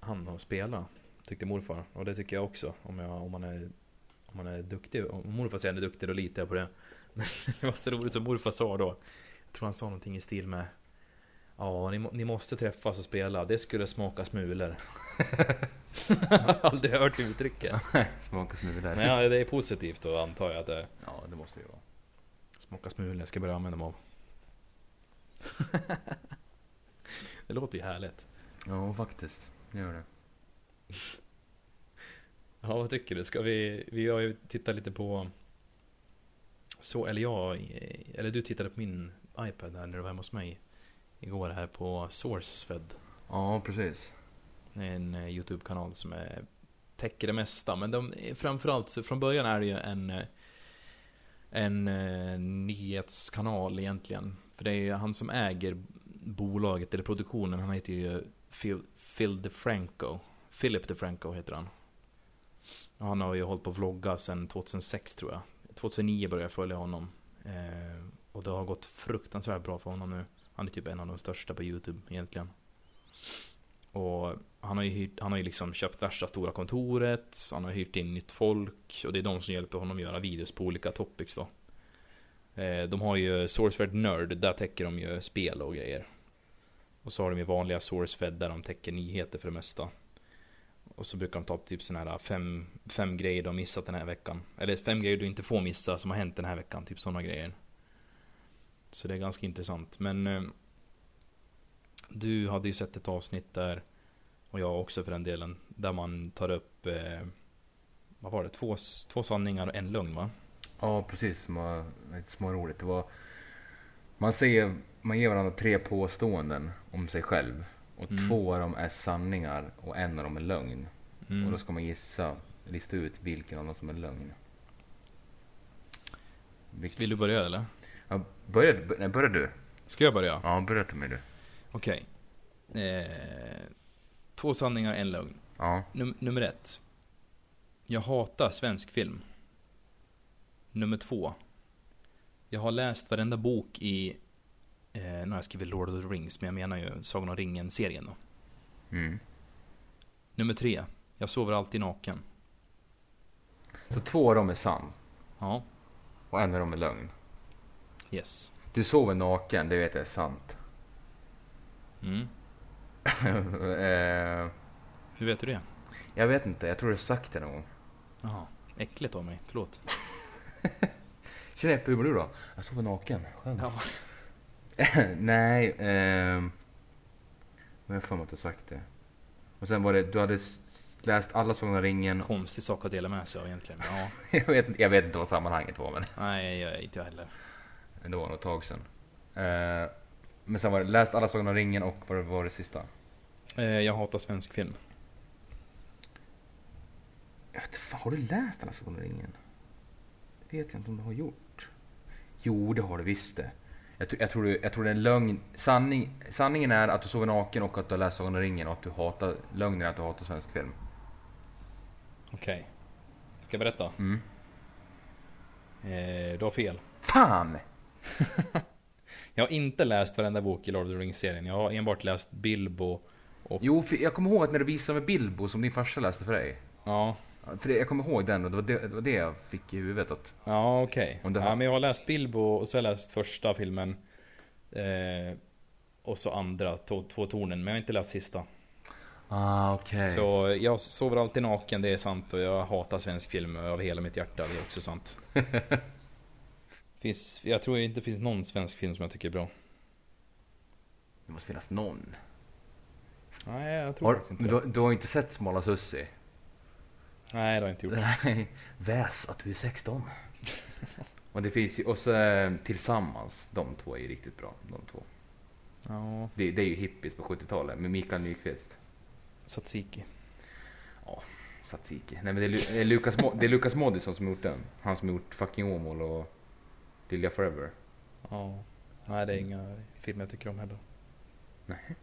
Speaker 1: han och spela. Tyckte morfar. Och det tycker jag också. Om, jag, om, man, är, om man är duktig. Om morfar säger att han är duktig då litar jag på det. Men det var så roligt som morfar sa då. Jag tror han sa någonting i stil med. Ja, ni, må- ni måste träffas och spela. Det skulle smaka smulor. jag har aldrig hört det uttrycket.
Speaker 2: Smaka smulor där.
Speaker 1: Men ja, det är positivt då antar jag att det
Speaker 2: ja, det måste det ju vara.
Speaker 1: Smaka smulor, jag ska börja använda mig av. det låter ju härligt.
Speaker 2: Ja, faktiskt. Det gör det.
Speaker 1: Ja, vad tycker du? Ska vi, vi har ju tittat lite på så, eller jag, eller du tittade på min iPad här när du var hemma hos mig igår här på Sourcefed.
Speaker 2: Ja, precis.
Speaker 1: En eh, YouTube-kanal som är, täcker det mesta. Men de, framförallt så från början är det ju en, eh, en eh, nyhetskanal egentligen. För det är ju han som äger bolaget, eller produktionen, han heter ju Phil, Phil DeFranco. Philip DeFranco heter han. Och han har ju hållit på att vlogga sedan 2006 tror jag. 2009 började jag följa honom. Eh, och det har gått fruktansvärt bra för honom nu. Han är typ en av de största på YouTube egentligen. Och han har ju, hyrt, han har ju liksom köpt värsta stora kontoret. Han har hyrt in nytt folk. Och det är de som hjälper honom göra videos på olika topics då. Eh, de har ju Sourcefed Nerd. Där täcker de ju spel och grejer. Och så har de ju vanliga Sourcefed där de täcker nyheter för det mesta. Och så brukar de ta upp typ sådana här fem, fem grejer de missat den här veckan. Eller fem grejer du inte får missa som har hänt den här veckan. Typ sådana grejer. Så det är ganska intressant. Men eh, du hade ju sett ett avsnitt där. Och jag också för den delen. Där man tar upp eh, vad var det? Två, s- två sanningar och en lögn va?
Speaker 2: Ja, precis. Som var lite småroligt. Det var... Man säger... Man ger varandra tre påståenden om sig själv. Och
Speaker 1: Mm.
Speaker 2: två av dem är sanningar och en av dem är lögn. Och
Speaker 1: Mm.
Speaker 2: då ska man gissa, lista ut vilken av dem som är lögn. Vilk...
Speaker 1: Vill du börja eller?
Speaker 2: Ja, börjar, bör- nej, börjar du?
Speaker 1: Ska jag börja?
Speaker 2: Ja, börja med du.
Speaker 1: Okej. Eh, två sanningar och en lögn.
Speaker 2: Ja.
Speaker 1: Num- nummer ett. Jag hatar svensk film. Nummer två. Jag har läst varenda bok i... Eh, nu har jag skrivit Lord of the Rings, men jag menar ju Sagan om ringen-serien då.
Speaker 2: Mm.
Speaker 1: Nummer tre. Jag sover alltid naken.
Speaker 2: Så två av dem är sann
Speaker 1: Ja,
Speaker 2: och en av dem är lögn.
Speaker 1: yes.
Speaker 2: Du sover naken, det vet jag är sant.
Speaker 1: Mm.
Speaker 2: Eh,
Speaker 1: Hur vet du det?
Speaker 2: jag vet inte, jag tror du har sagt det någon gång.
Speaker 1: Jaha, äckligt av mig. Förlåt.
Speaker 2: Tjena Eppe, hur mår du då? Jag sover naken, själv.
Speaker 1: Ja.
Speaker 2: Nej, ehm... Men jag har för mig att du har sagt det. Och sen var det, du hade s- läst alla Sagan om ringen.
Speaker 1: Konstig sak att dela med sig av egentligen. Ja,
Speaker 2: jag, vet, inte- jag vet inte vad sammanhanget var men
Speaker 1: nej, jag, inte jag heller.
Speaker 2: det var nog ett tag sedan. Eh, men sen var det, läst alla Sagan om ringen och vad var det sista?
Speaker 1: Eh, jag hatar svensk film.
Speaker 2: Jag vet, fan, har du läst alla Sagan om ringen? Det vet jag inte om du har gjort. Jo, det har du visst det. Jag, tr- jag, tror, du, jag tror det är en lögn. Sanning, sanningen är att du sover naken och att du har läst Sagan om ringen och att du hatar, lögnen är att du hatar svensk film.
Speaker 1: Okej. Ska jag berätta?
Speaker 2: Mm.
Speaker 1: Eh, du har fel.
Speaker 2: Fan!
Speaker 1: Jag har inte läst varenda bok i Lord of the Rings-serien. Jag har enbart läst Bilbo.
Speaker 2: Jo, för jag kommer ihåg att när du visade mig Bilbo som din farsa läste för dig.
Speaker 1: Ja,
Speaker 2: För det, jag kommer ihåg den och det var det, det var det jag fick i huvudet. Att,
Speaker 1: ja okej.
Speaker 2: Om det här-
Speaker 1: Ja, men jag har läst Bilbo och så har jag läst första filmen. Eh, och så andra, två, två tornen. Men jag har inte läst sista.
Speaker 2: ah, okej.
Speaker 1: Så jag sover alltid naken, det är sant. Och jag hatar svensk film av hela mitt hjärta, det är också sant. finns, jag tror inte det finns någon svensk film som jag tycker är bra.
Speaker 2: Det måste finnas någon.
Speaker 1: Nej, jag tror
Speaker 2: Har,
Speaker 1: faktiskt inte
Speaker 2: men du,
Speaker 1: det.
Speaker 2: du har inte sett Smala Sussi?
Speaker 1: Nej, det har jag inte gjort.
Speaker 2: Nej, väs att du är 16. Och Och det finns ju, och så eh, tillsammans, de två är ju riktigt bra. De två.
Speaker 1: Ja.
Speaker 2: Det, det är ju hippies på 70-talet med Mikael Nyqvist.
Speaker 1: Tsatsiki.
Speaker 2: Satsiki. Nej men det är, Lu- det är Lukas, Mo- det är Lukas Moodysson som gjort den. Han som gjort Fucking Åmål och Lilja Forever.
Speaker 1: Ja. Nej, det är inga filmer jag tycker om heller.
Speaker 2: Nej.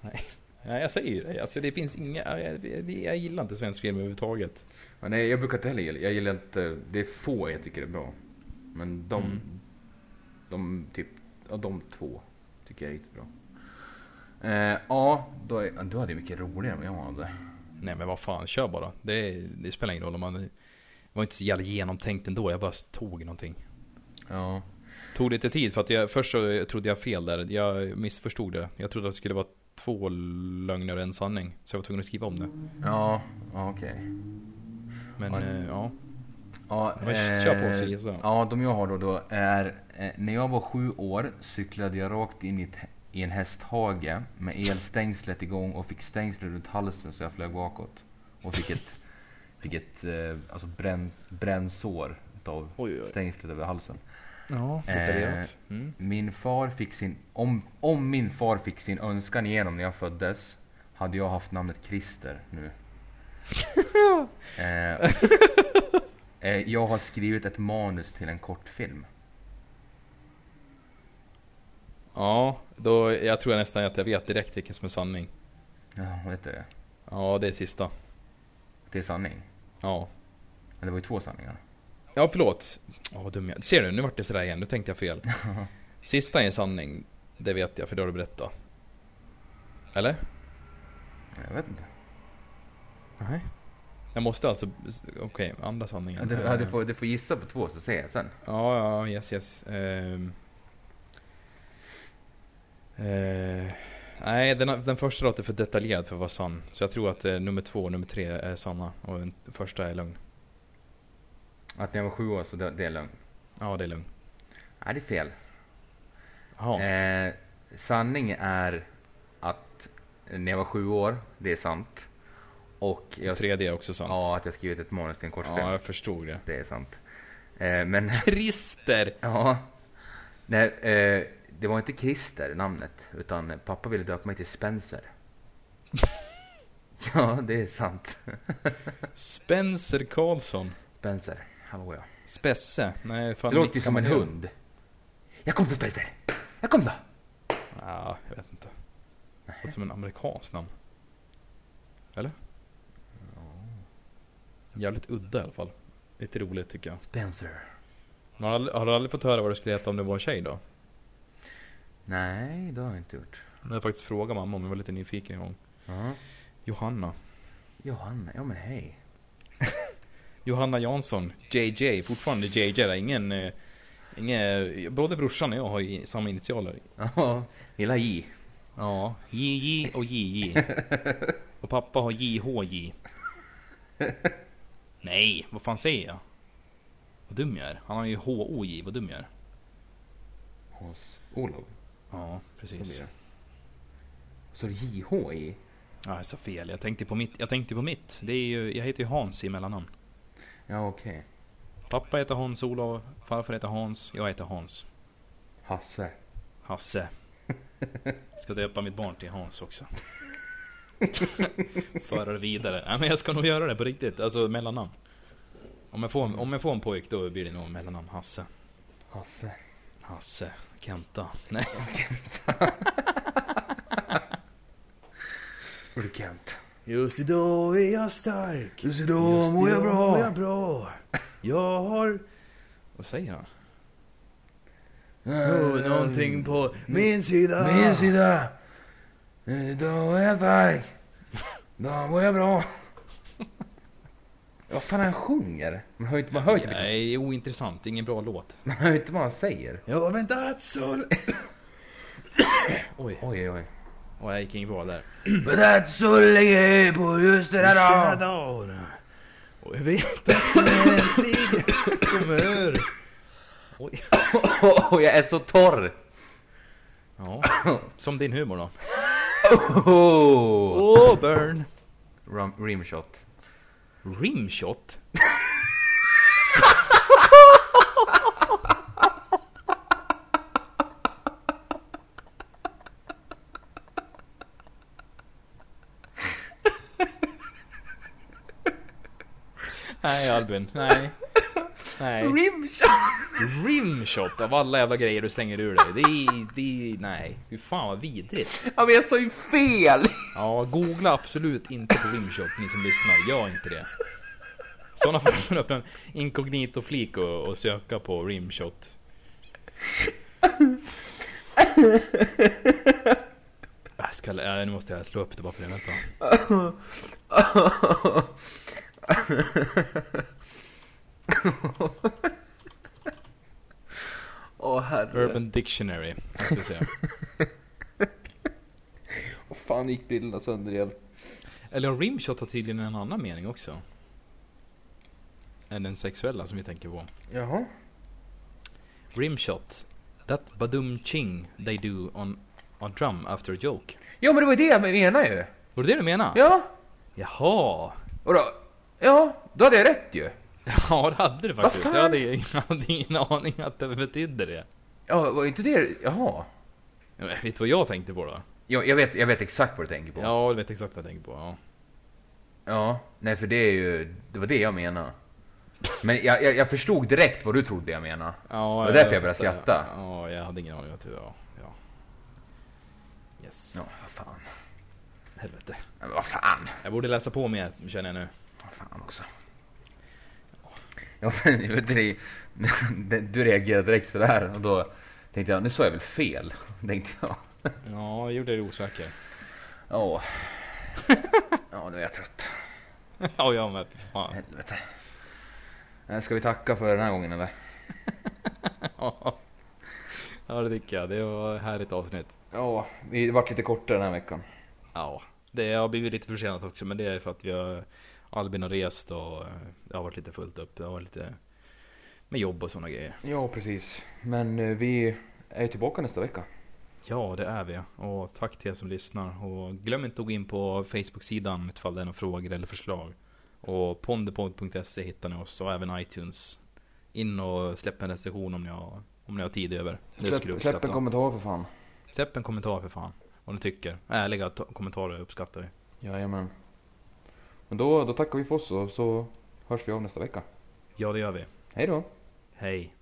Speaker 1: Nej. Nej, jag säger ju det. Alltså, det finns inga... Jag, jag, jag gillar inte svensk film överhuvudtaget.
Speaker 2: Ja, nej jag brukar inte heller gilla, jag gillar inte, det är få jag tycker är bra. Men de,
Speaker 1: Mm.
Speaker 2: de typ, ja de två tycker jag är riktigt bra. Eh, ja, då är, ja, du hade ju mycket roligare än jag hade.
Speaker 1: Nej, men vad fan. Kör bara. Det, det spelar ingen roll om man... Det var inte så jävla genomtänkt ändå. Jag bara tog någonting.
Speaker 2: Ja.
Speaker 1: Tog lite tid för att jag, först så trodde jag fel där. Jag missförstod det. Jag trodde att det skulle vara två lögner och en sanning. Så jag var tvungen att skriva om det.
Speaker 2: Ja, ja, okej.
Speaker 1: Men
Speaker 2: Oj.
Speaker 1: eh, ja.
Speaker 2: Ja, eh,
Speaker 1: Men kör på så gissar jag.
Speaker 2: Ja, de jag har då, då är, eh, när jag var sju år cyklade jag rakt in i, ett, i en hästhage med elstängslet igång och fick stängslet runt halsen så jag flög bakåt. Och fick ett, fick ett eh, alltså bränn, brännsår av
Speaker 1: Oj, oj, oj.
Speaker 2: stängslet över halsen.
Speaker 1: Ja, opererat. Mm.
Speaker 2: Min far fick sin, om, om min far fick sin önskan igenom när jag föddes hade jag haft namnet Christer nu. eh, eh, jag har skrivit ett manus till en kortfilm.
Speaker 1: Ja, då, jag tror nästan att jag vet direkt vilken som är sanning.
Speaker 2: Ja, vad heter det?
Speaker 1: Ja, det är sista.
Speaker 2: Det är sanning.
Speaker 1: Ja.
Speaker 2: Men det var ju två sanningar.
Speaker 1: Ja, förlåt. Ja, vad dum jag Ser du, nu vart det sådär igen. Nu tänkte jag fel. Sista är en sanning. Det vet jag, för det har du berättat. Eller?
Speaker 2: Jag vet inte.
Speaker 1: Nej. Jag måste alltså... Okej, andra sanningen.
Speaker 2: Ja, Du, ja, du, får, du får gissa på två så säger jag sen.
Speaker 1: Ja, ja, yes, yes. Ehm. Eh, nej, den, den första låter för detaljerad för att vara sann. Så jag tror att eh, nummer två och nummer tre är sanna och den första är lögn.
Speaker 2: Att när jag var sju år så det, det är lögn.
Speaker 1: Ja, det är lögn.
Speaker 2: Nej, det är fel.
Speaker 1: Jaha.
Speaker 2: Eh, sanning är att när jag var sju år, det är sant. Och jag,
Speaker 1: Tredje är också sant.
Speaker 2: Ja, att jag skrivit ett manus till en kortfilm.
Speaker 1: Ja, jag förstod det.
Speaker 2: Det är sant. Eh, men
Speaker 1: Christer!
Speaker 2: ja. Nej, eh, det var inte Christer namnet. Utan pappa ville döpa mig till Spencer. ja, det är sant.
Speaker 1: Spencer Karlsson.
Speaker 2: Spencer. Hallå ja.
Speaker 1: Spesse. Nej, fan.
Speaker 2: Det låter ju
Speaker 1: vilka
Speaker 2: som en
Speaker 1: man gör.
Speaker 2: hund. Jag kom då Spencer. Jag kom då.
Speaker 1: Ja, jag vet inte. Det låter som en amerikansk namn. Eller? Jävligt udda i alla fall. Lite roligt tycker jag.
Speaker 2: Spencer.
Speaker 1: Men Har, du aldrig- har du aldrig fått höra vad du skulle heta om du var en tjej då?
Speaker 2: Nej, det har jag inte gjort.
Speaker 1: Jag har faktiskt frågat mamma om jag var lite nyfiken en gång.
Speaker 2: Ja.
Speaker 1: Johanna.
Speaker 2: Johanna, ja men hej.
Speaker 1: Johanna Jansson. JJ. Fortfarande JJ. där. Ingen... eh, Ingen, både brorsan och jag har ju samma initialer.
Speaker 2: Ja, gillar J.
Speaker 1: Ja, JJ och JJ. Och pappa har JHJ. Nej, vad fan säger jag? Vad dum jag är. Han har ju HOJ, vad dum jag är.
Speaker 2: Hos Olof.
Speaker 1: Ja,
Speaker 2: Så
Speaker 1: precis.
Speaker 2: blir det. Så är det E? JH i.
Speaker 1: Ja, jag sa fel. Jag tänkte på mitt. Jag tänkte på mitt. Det är ju, jag heter ju Hans i mellannamn.
Speaker 2: Ja, okej.
Speaker 1: Pappa heter Hans-Olof, farfar heter Hans, jag heter Hans.
Speaker 2: Hasse.
Speaker 1: Hasse. Ska döpa mitt barn till Hans också. Föra det vidare. Nej, men jag ska nog göra det på riktigt. Alltså mellannamn. Om jag får, om jag får en pojk då blir det nog mellannamn Hasse.
Speaker 2: Hasse.
Speaker 1: Hasse. Kenta. Nej.
Speaker 2: Urkent.
Speaker 1: Just idag är jag stark.
Speaker 2: Just idag mår jag bra.
Speaker 1: bra. Jag har... Vad säger han? på min sida.
Speaker 2: Min sida. Idag är Eh, jag stark. Idag mår jag bra. Vad fan han sjunger? Man hör ju inte, man hör ju inte,
Speaker 1: Nej, ointressant. Ingen bra låt.
Speaker 2: man hör ju inte vad han säger.
Speaker 1: Jag har väntat så Oj,
Speaker 2: Oj, oj.
Speaker 1: och jag gick inget bra där.
Speaker 2: Väntat så länge på just den här dagen.
Speaker 1: Och jag vet att äntligen kommer. Oj.
Speaker 2: Åh, jag är så torr.
Speaker 1: Ja, som din humor då.
Speaker 2: Oh.
Speaker 1: Auburn.
Speaker 2: Rum, rimshot.
Speaker 1: Rimshot? Nej Albin, nej. Nej.
Speaker 2: Rimshot!
Speaker 1: Rimshot av alla jävla grejer du slänger ur dig. Det är, det är, nej. Fy fan vad vidrigt.
Speaker 2: Ja men jag sa ju fel!
Speaker 1: Ja, googla absolut inte på rimshot ni som lyssnar. Gör inte det. I Sådana fall får ni öppna en inkognito-flik och, och söka på rimshot. Jag ska, nej, nu måste jag slå upp det bara för det. Vänta.
Speaker 2: Åh herre.
Speaker 1: Urban Dictionary. Jag ska se.
Speaker 2: Åh, fan gick bilderna sönder igen.
Speaker 1: Eller rimshot har tydligen en annan mening också. Än den sexuella som vi tänker på.
Speaker 2: Jaha.
Speaker 1: Rimshot. That badum ching they do on a drum after a joke.
Speaker 2: Ja men det var ju det jag menade ju.
Speaker 1: Var det det du menade?
Speaker 2: Ja.
Speaker 1: Jaha.
Speaker 2: Och då, ja, då hade jag rätt ju.
Speaker 1: Ja det hade du faktiskt.
Speaker 2: fan?
Speaker 1: Jag hade, ingen- jag hade ingen aning att det betydde det.
Speaker 2: Ja, var inte det, jaha.
Speaker 1: Ja, men Vet du vad jag tänkte på då?
Speaker 2: Jag, jag, vet, jag vet exakt vad du tänker på.
Speaker 1: Ja, du vet exakt vad jag tänkte på. Ja.
Speaker 2: Ja, nej för det är ju, det var det jag menade. Men jag, jag, jag förstod direkt vad du trodde jag menade.
Speaker 1: Ja,
Speaker 2: var därför jag började
Speaker 1: fattar.
Speaker 2: skratta.
Speaker 1: Ja, jag hade ingen aning om att det var... Ja. Yes.
Speaker 2: Ja, vad fan.
Speaker 1: Helvete.
Speaker 2: Men vad fan.
Speaker 1: Jag borde läsa på mer känner jag nu.
Speaker 2: Vad fan också. Ja, men jag vet inte, det- du reagerade direkt sådär och då tänkte jag, nu sa jag väl fel. Tänkte jag.
Speaker 1: Ja, jag gjorde dig osäker.
Speaker 2: Ja. Ja, nu är jag trött.
Speaker 1: ja, jag med. Fy Fan.
Speaker 2: Helvete. Eh, Ska vi tacka för den här gången eller?
Speaker 1: Ja, det tycker jag. Det var ett härligt avsnitt.
Speaker 2: Ja, vi varit lite kortare den här veckan.
Speaker 1: Ja, det har blivit lite försenat också, men det är för att vi har Albin har rest och eh, det har varit lite fullt upp. Det har varit lite med jobb och sådana grejer.
Speaker 2: Ja, precis. Men eh, vi är ju tillbaka nästa vecka.
Speaker 1: Ja, det är vi. Och tack till er som lyssnar. Och glöm inte att gå in på Facebook-sidan ifall det är några frågor eller förslag. Och ponderpodd.se hittar ni oss och även iTunes. In och släpp en recension om ni har, om ni har tid över. Det skulle vi
Speaker 2: Släpp, släpp en
Speaker 1: uppskatta.
Speaker 2: kommentar för fan.
Speaker 1: Släpp en kommentar för fan. Vad ni tycker. Ärliga to- kommentarer uppskattar vi.
Speaker 2: Jajamän. Men då, då tackar vi för oss och så hörs vi av nästa vecka.
Speaker 1: Ja det gör vi.
Speaker 2: Hej då!
Speaker 1: Hej.